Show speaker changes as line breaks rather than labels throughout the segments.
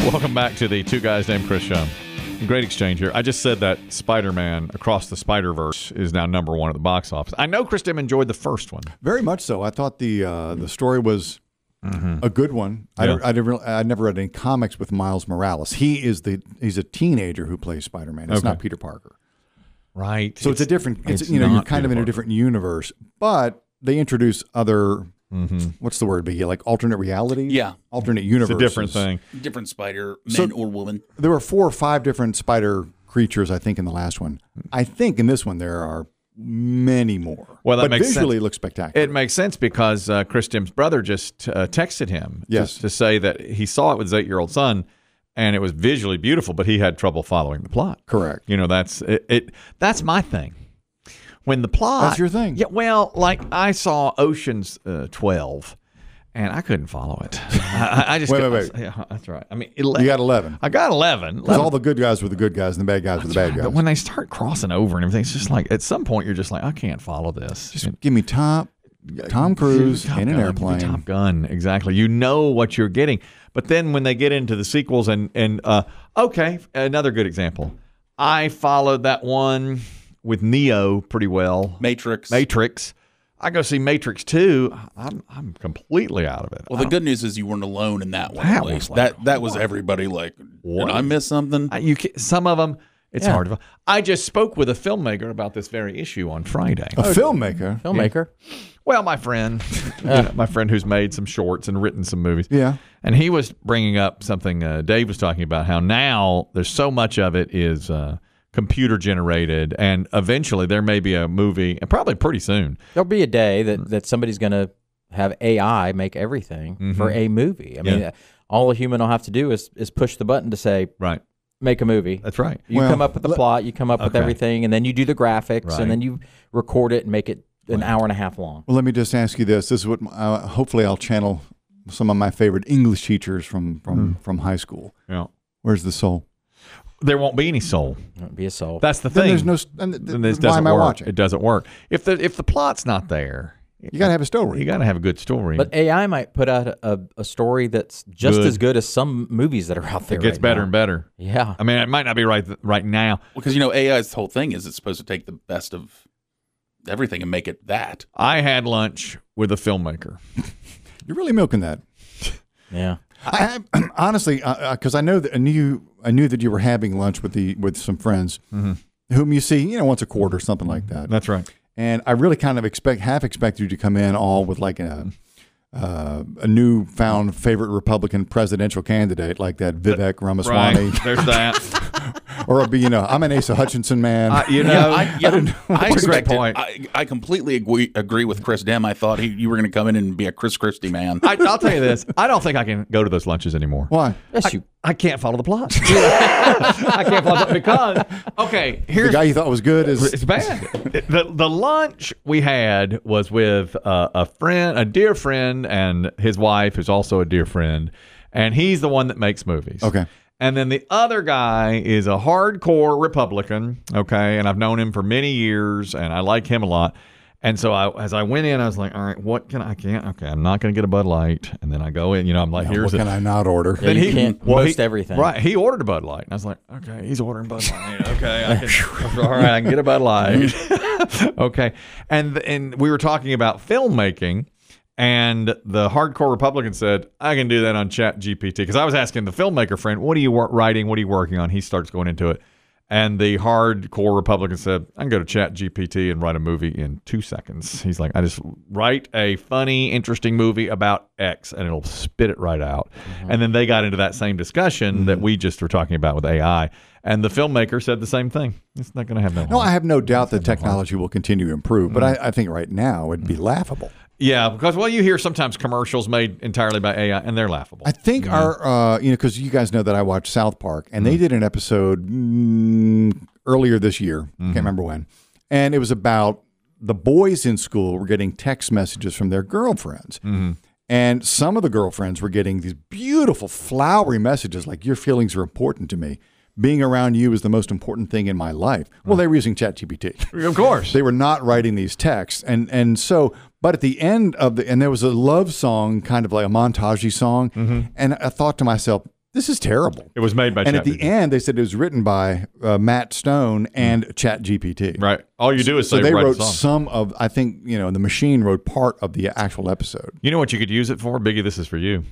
Welcome back to the Two Guys Named Chris Show. Great exchange here. I just said that Spider Man Across the Spider Verse is now number one at the box office. I know Chris Dim enjoyed the first one.
Very much so. I thought the uh, the story was a good one. I,
Mm-hmm. Yeah.
don't- I never I never read any comics with Miles Morales. He is the he's a teenager who plays Spider Man. It's
Okay.
not Peter Parker.
Right.
So it's, a different. It's,
it's
you know you're
not
kind of
Peter
in a
Parker.
different universe, but they introduce other. What's the word? Be like alternate reality.
Yeah.
alternate universe.
Mm-hmm. a different thing.
Different spider,
So-
man or woman.
There were four or five different spider creatures, I think, in the last one. I think in this one there are many more.
Well, that
but
makes sense.
visually it looks spectacular.
It makes sense because uh, Chris Dim's brother just uh, texted him
Yes.
to, to say that he saw it with his eight year old son and it was visually beautiful, but he had trouble following the plot.
Correct.
You know, that's it, it that's my thing. When the plot
That's your thing.
Yeah, well, like I saw Ocean's uh, 12 and I couldn't follow it. I, I- I just
Wait,
couldn't-
wait, wait.
Yeah, that's right. I mean,
You
11,
got eleven.
I got 11.
'Cause all the good guys were the good guys and the bad guys were the bad guys.
but when they start crossing over and everything, it's just like at some point you're just like, I can't follow this. You know?
Give me Tom, Tom Cruise
Top
in an
Gun,
airplane.
Top Gun, exactly. You know what you're getting. But then when they get into the sequels and and uh, okay, another good example. I followed that one with Neo pretty well.
Matrix.
Matrix. I go see Matrix Two. I'm I'm completely out of it.
well, the good news is you weren't alone in that one.
That
at
was
least.
like,
that that was everybody like,
What?
did I miss something?
I, you can, some of them. It's hard to. I just spoke with a filmmaker about this very issue on Friday.
A filmmaker.
Filmmaker.
Well, my friend, you know, my friend who's made some shorts and written some movies.
Yeah.
And he was bringing up something uh, Dave was talking about how now there's so much of it is uh, computer generated, and eventually there may be a movie, and probably pretty soon.
There'll be a day
Mm.
that, that somebody's going to have AI make everything for a movie. I mean,
Mm-hmm. Yeah.
all a human will have to do is, is push the button to say,
Right.
make a movie.
That's right.
You
Well,
come up with the
let-
plot, you come up
Uh,
with
Okay.
everything, and then you do the graphics,
Right.
and then you record it and make it an hour and a half long.
Well, let me just ask you this. This is what uh, hopefully I'll channel some of my favorite English teachers from from from high school.
Yeah.
Where's the soul?
There won't be any soul.
It'd be a soul.
That's the
Then
thing.
there's no. s- And th-
Then this
why
doesn't
am I
work.
watching?
It doesn't work. If the if the plot's not there,
you got to have a
you
story.
got to have a good story.
but AI might put out a, a story that's just
Good.
as good as some movies that are out there.
it gets
right
better
now.
and better.
Yeah.
I mean, it might not be right right now.
Because you know AI's whole thing is it's supposed to take the best of everything and make it that.
I had lunch with a filmmaker.
You're really milking that.
Yeah.
I I- honestly, because I know that I knew I knew that you were having lunch with the with some friends, whom you see you know once a quarter, something like that.
That's right.
and I really kind of expect half expected you to come in all with like a uh, a newfound favorite Republican presidential candidate like that Vivek Ramaswamy,
Right. There's that.
or a you know I'm an Asa Hutchinson man.
I- Uh, you know,
Yeah, I, yeah, I
That's a great
expected-
point.
I, I completely agree, agree with Chris Dem. I thought he, you were going to come in and be a Chris Christie man.
I, I'll tell you this. I don't think I can go to those lunches anymore.
Why?
Yes, you.
I can't follow the plot. I can't follow the plot because okay,
The
here's
guy you thought was good is
it's bad. the The lunch we had was with uh, a friend, a dear friend, and his wife, who's also a dear friend, and he's the one that makes movies.
Okay.
And then the other guy is a hardcore Republican. Okay, and I've known him for many years, and I like him a lot. And so I, as I went in, I was like, "All right, what can I I can't? Okay, I'm not going to get a Bud Light." And then I go in, you know, I'm like, "Here's
what
a-
can I not order?
Yeah, you
he-
can't
well,
most
he-
everything.
Right. He ordered a Bud Light. And I was like, okay, he's ordering Bud Light. Okay. I can, all right. I can get a Bud Light. okay. And, and we were talking about filmmaking. And the hardcore Republican said, I can do that on Chat GPT. Because I was asking the filmmaker friend, what are you wor- writing? What are you working on? He starts going into it. And the hardcore Republican said, I can go to Chat GPT and write a movie in two seconds. He's like, I just write a funny, interesting movie about X and it'll spit it right out. And then they got into that same discussion that we just were talking about with AI. And the filmmaker said the same thing. It's not going to have no.
No,
harm.
I have no doubt that technology will continue to improve, but
Mm-hmm.
I, I think right now it'd be laughable.
yeah, because, well, you hear sometimes commercials made entirely by AI and they're laughable.
I think our, uh, you know, because you guys know that I watch South Park, and they did an episode mm, earlier this year. Can't remember when, and it was about the boys in school were getting text messages from their girlfriends, and some of the girlfriends were getting these beautiful flowery messages like "Your feelings are important to me." Being around you is the most important thing in my life. Well, they were using ChatGPT.
of course.
They were not writing these texts, and and so, but at the end of the, and there was a love song, kind of like a montagey song, and I thought to myself, This is terrible.
Mm-hmm. It was made by
And at
ChatGPT.
the end, they said it was written by uh, Matt Stone and ChatGPT.
Mm-hmm. right? All you do is
So
say
they
write a
wrote
song.
some of, I think, you know, the machine wrote part of the actual episode.
You know what you could use it for, Biggie? This is for you.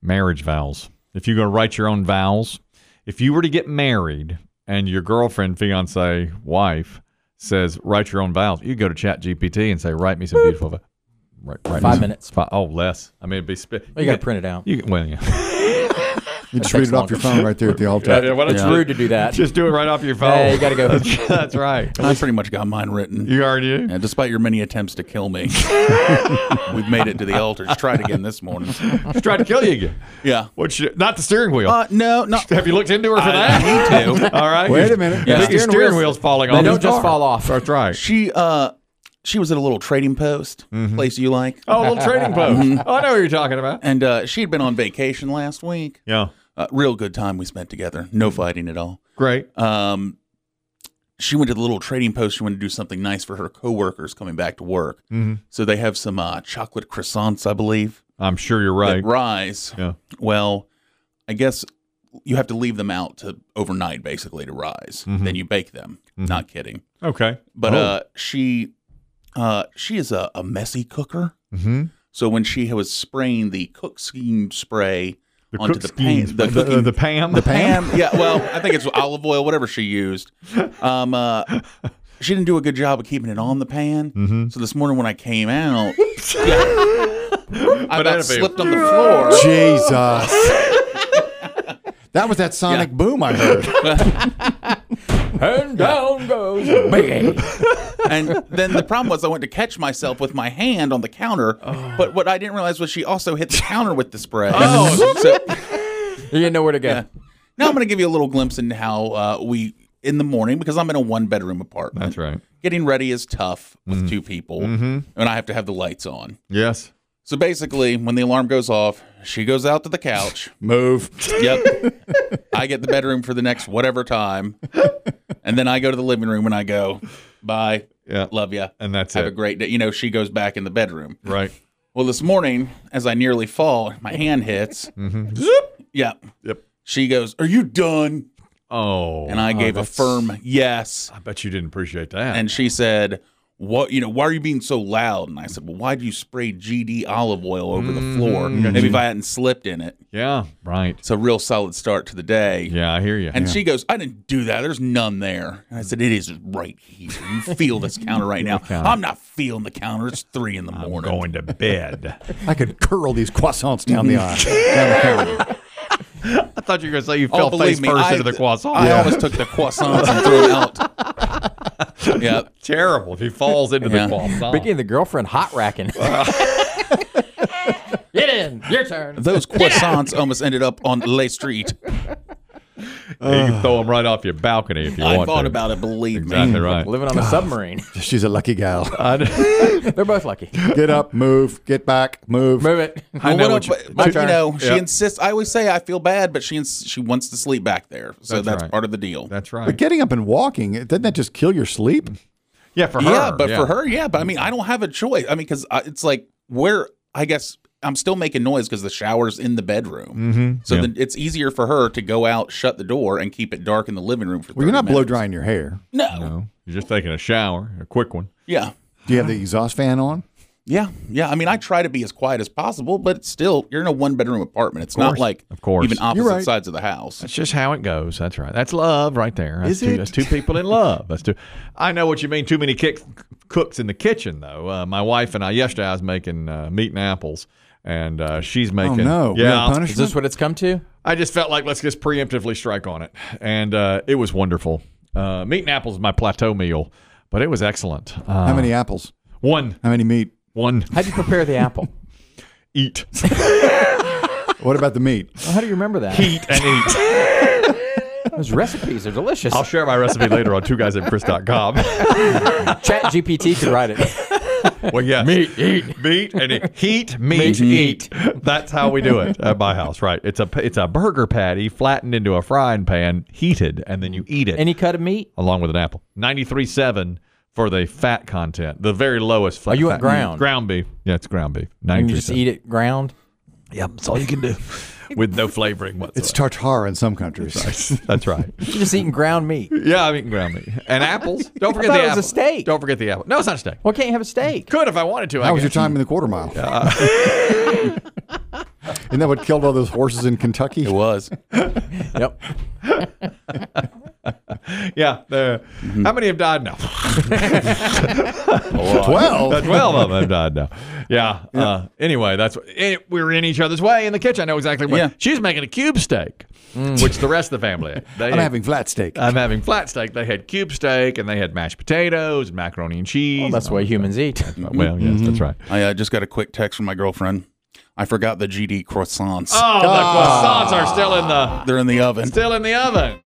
Marriage vows. If you go write your own vows, if you were to get married and your girlfriend, fiance, wife says write your own vows, you go to Chat GPT and say write me some beautiful vows. Right, right.
Five minutes.
Oh, less. I mean, it'd be spit.
Well, you got to print it out.
You can, well, yeah.
You just read it off your phone right there at the altar.
yeah why don't
It's
you
rude to do that.
just do it right off your phone?
Hey, you got to go.
That's right.
I pretty much got mine written.
You already do.
And despite your many attempts to kill me, we've made it to the altar. Just tried again this morning.
She tried to kill you again.
Yeah.
What? You, not the steering wheel.
Uh, no, no.
Have you looked into her for
I-
that?
I need to.
All right.
Wait a minute.
Yeah.
Yeah.
Steering,
Steering
steering
wheels-
wheel's falling
They
off.
don't
the
just
car.
fall off.
That's right.
She uh, she was at a little trading post place you like,
Oh, a little trading post. Oh, I know what you're talking about.
and uh, she had been on vacation last week.
Yeah.
Uh, real good time we spent together.
Mm-hmm.
No fighting at all.
Great.
Um, she went to the little trading post. She wanted to do something nice for her coworkers coming back to work.
Mm-hmm.
So they have some uh, chocolate croissants, I believe,
I'm sure you're right.
that rise.
Yeah.
Well, I guess you have to leave them out to overnight, basically, to rise.
Mm-hmm.
Then you bake them. Not kidding.
Okay.
But uh, she uh, she is a, a messy cooker.
Mm-hmm.
So when she was spraying the cook scheme spray
The
onto
cook
the pan,
schemes,
the,
the,
cooking
the, the Pam. The
Pam, yeah, well, I think it's olive oil, whatever she used. Um, uh, she didn't do a good job of keeping it on the pan.
Mm-hmm.
So this morning when I came out, I
Banana
about
peel.
slipped on the floor.
Jesus. that was that sonic boom I heard.
and down goes Biggie.
And then the problem was I went to catch myself with my hand on the counter,
Oh.
but what I didn't realize was she also hit the counter with the spray. Oh,
You didn't know where to go.
now I'm going to give you a little glimpse into how uh, we in the morning because I'm in a one bedroom apartment.
That's right.
Getting ready is tough with
Mm-hmm.
two people, and I have to have the lights on.
Yes.
So basically, when the alarm goes off, she goes out to the couch.
Move.
Yep. I get the bedroom for the next whatever time. And then I go to the living room and I go, bye.
Yeah.
Love ya.
And that's
Have
it.
a great day. You know, she goes back in the bedroom.
Right.
Well, this morning, as I nearly fall, my hand hits.
Mm-hmm.
Yep.
Yep.
She goes, Are you done?
Oh.
And I gave a firm yes.
I bet you didn't appreciate that.
And she said, what you know? Why are you being so loud? And I said, Well, why do you spray GD olive oil over the floor?
Mm-hmm.
Maybe if I hadn't slipped in it,
yeah. Right.
it's a real solid start to the day.
Yeah, I hear you.
And she goes, I didn't do that. There's none there. And I said, It is right here. You feel this counter right now. I'm not feeling the counter. It's three in the
I'm
morning.
going to bed.
I could curl these croissants down the aisle. Down the counter.
I thought you were going to say you
Oh,
fell
believe
face
me,
first
I-
into the croissant.
I always took the croissants and threw them out. yeah.
Terrible if he falls into
Yeah.
the croissant.
Biggie E and the girlfriend hot racking. Get in. Your turn.
Those croissants almost ended up on Lay Street.
you can throw him right off your balcony if you
I
want
thought
to.
about it, believe
exactly
Mm.
me.
right.
Living on a submarine.
She's a lucky gal.
I,
They're both lucky.
Get up, move, get back, move.
Move it.
Well,
know
what
what
up-
you-
but,
my
you
turn.
know, she
Yeah.
insists. I always say I feel bad, but she ins- she wants to sleep back there, so
That's
that's,
right.
part of the deal.
that's right.
But getting up and walking, doesn't that just kill your sleep?
yeah, for her.
Yeah, but for her, yeah. But I mean, I don't have a choice. I mean, because it's like where I guess I'm still making noise because the shower's in the bedroom,
Mm-hmm.
so then it's easier for her to go out, shut the door, and keep it dark in the living room for.
Well, you're
30
not
minutes.
blow drying your hair.
No.
No, you're just taking a shower, a quick one.
Yeah.
Do you have the exhaust fan on?
Yeah, yeah. I mean, I try to be as quiet as possible, but still, you're in a one bedroom apartment. It's not
course,
like
of course.
even opposite
right.
sides of the house.
That's just how it goes. That's right. That's love right there. That's
Is
two,
it?
That's two people in love. That's two. I know what you mean. Too many kick, cooks in the kitchen, though. Uh, my wife and I yesterday I was making uh, meat and apples, and uh, she's
Oh
making.
no! We have
yeah.
Is
punishment?
this what it's come to?
I just felt like let's just preemptively strike on it, and uh, it was wonderful. Uh, meat and apples is my plateau meal, but it was excellent. Uh,
How many apples?
one,
How many meat?
one
How'd you prepare the apple?
eat,
What about the meat?
Well, how do you remember that?
eat, and eat.
Those recipes are delicious.
I'll share my recipe later on two guys at Chris.com.
Chat GPT could write it.
Well, yes. Meat, eat. Meat and eat. Heat, meat, eat.
Meat,
That's how we do it at my house, right? It's a it's a burger patty flattened into a frying pan, heated, and then you eat it
Any cut of meat?
along with an apple. 93.7 for the fat content, the very lowest fat.
you want
fat-
ground?
Ground beef. Yeah, it's ground beef.
And you just
93.7.
eat it ground?
Yep, that's all you can do with no flavoring
It's
whatsoever.
tartar in some countries.
That's right.
You're just eating ground meat.
Yeah, I'm eating ground meat and apples. Don't forget
I
the
thought it was
apple.
a steak.
Don't forget the apple. No, it's not a steak.
Why can't you have a steak?
Could if I wanted to. I
How was your
guess.
time in the quarter mile? Isn't that what killed all those horses in Kentucky?
It was.
Yep.
Yeah. the- How many have died now? Uh,
Twelve.
12 of them have died now. Yeah. Uh, anyway, that's what, eh, we were in each other's way in the kitchen. I know exactly what.
Yeah.
She's making a cube steak, which the rest of the family ate. They
I'm
ate-
having flat steak.
I'm having flat steak. They had cube steak and they had mashed potatoes and macaroni and cheese. Mm-hmm.
Well, that's the way humans eat.
Oh, Well, yes, that's right.
I uh, just got a quick text from my girlfriend. I forgot the GD croissants.
Oh, the croissants are still in the
They're in the oven.
still in the oven.